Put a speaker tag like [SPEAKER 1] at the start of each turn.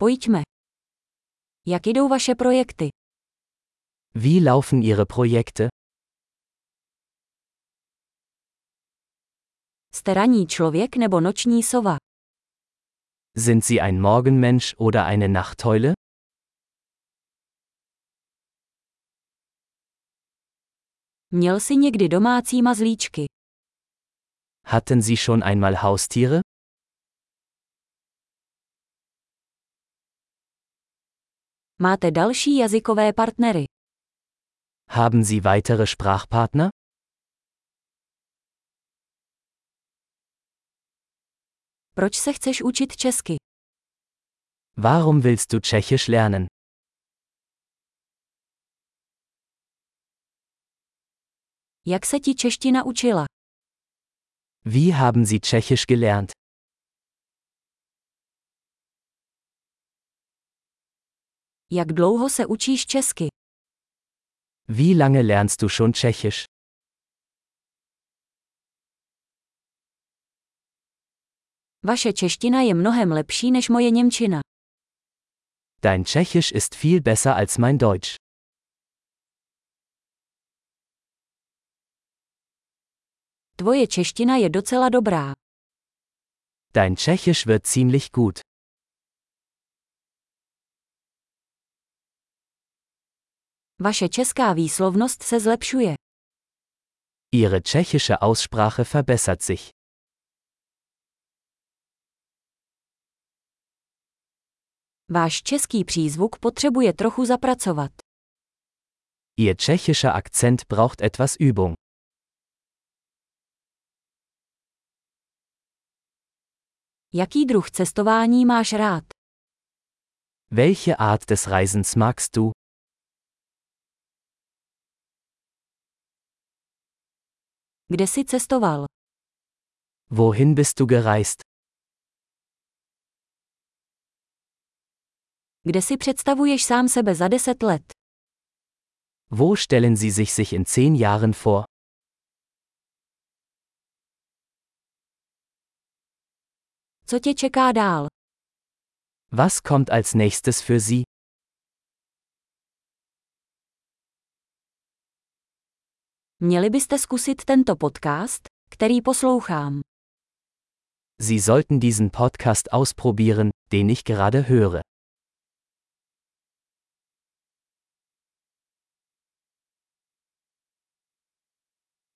[SPEAKER 1] Pojďme. Jak jdou vaše projekty?
[SPEAKER 2] Wie laufen Ihre Projekte?
[SPEAKER 1] Jste ranní člověk nebo noční sova?
[SPEAKER 2] Sind Sie ein Morgenmensch oder eine Nachteule?
[SPEAKER 1] Měl jsi někdy domácí mazlíčky?
[SPEAKER 2] Hatten Sie schon einmal Haustiere?
[SPEAKER 1] Máte další jazykové partnery?
[SPEAKER 2] Haben Sie weitere Sprachpartner?
[SPEAKER 1] Proč se chceš učit česky?
[SPEAKER 2] Warum willst du Tschechisch lernen?
[SPEAKER 1] Jak se ti čeština učila?
[SPEAKER 2] Wie haben Sie Tschechisch gelernt?
[SPEAKER 1] Jak dlouho se učíš česky?
[SPEAKER 2] Wie lange lernst du schon Tschechisch?
[SPEAKER 1] Vaše čeština je mnohem lepší než moje němčina.
[SPEAKER 2] Dein Tschechisch ist viel besser als mein Deutsch.
[SPEAKER 1] Tvoje čeština je docela dobrá.
[SPEAKER 2] Dein Tschechisch wird ziemlich gut.
[SPEAKER 1] Vaše česká výslovnost se zlepšuje.
[SPEAKER 2] Ihre tschechische Aussprache verbessert sich.
[SPEAKER 1] Váš český přízvuk potřebuje trochu zapracovat.
[SPEAKER 2] Ihr tschechischer Akzent braucht etwas Übung.
[SPEAKER 1] Jaký druh cestování máš rád?
[SPEAKER 2] Welche Art des Reisens magst du?
[SPEAKER 1] Kde jsi cestoval?
[SPEAKER 2] Wohin bist du gereist?
[SPEAKER 1] Kde si představuješ sám sebe za deset let?
[SPEAKER 2] Wo stellen Sie sich sich in zehn Jahren vor?
[SPEAKER 1] Co tě čeká dál?
[SPEAKER 2] Was kommt als nächstes für Sie?
[SPEAKER 1] Měli byste zkusit tento podcast, který poslouchám.
[SPEAKER 2] Sie sollten diesen Podcast ausprobieren, den ich gerade höre.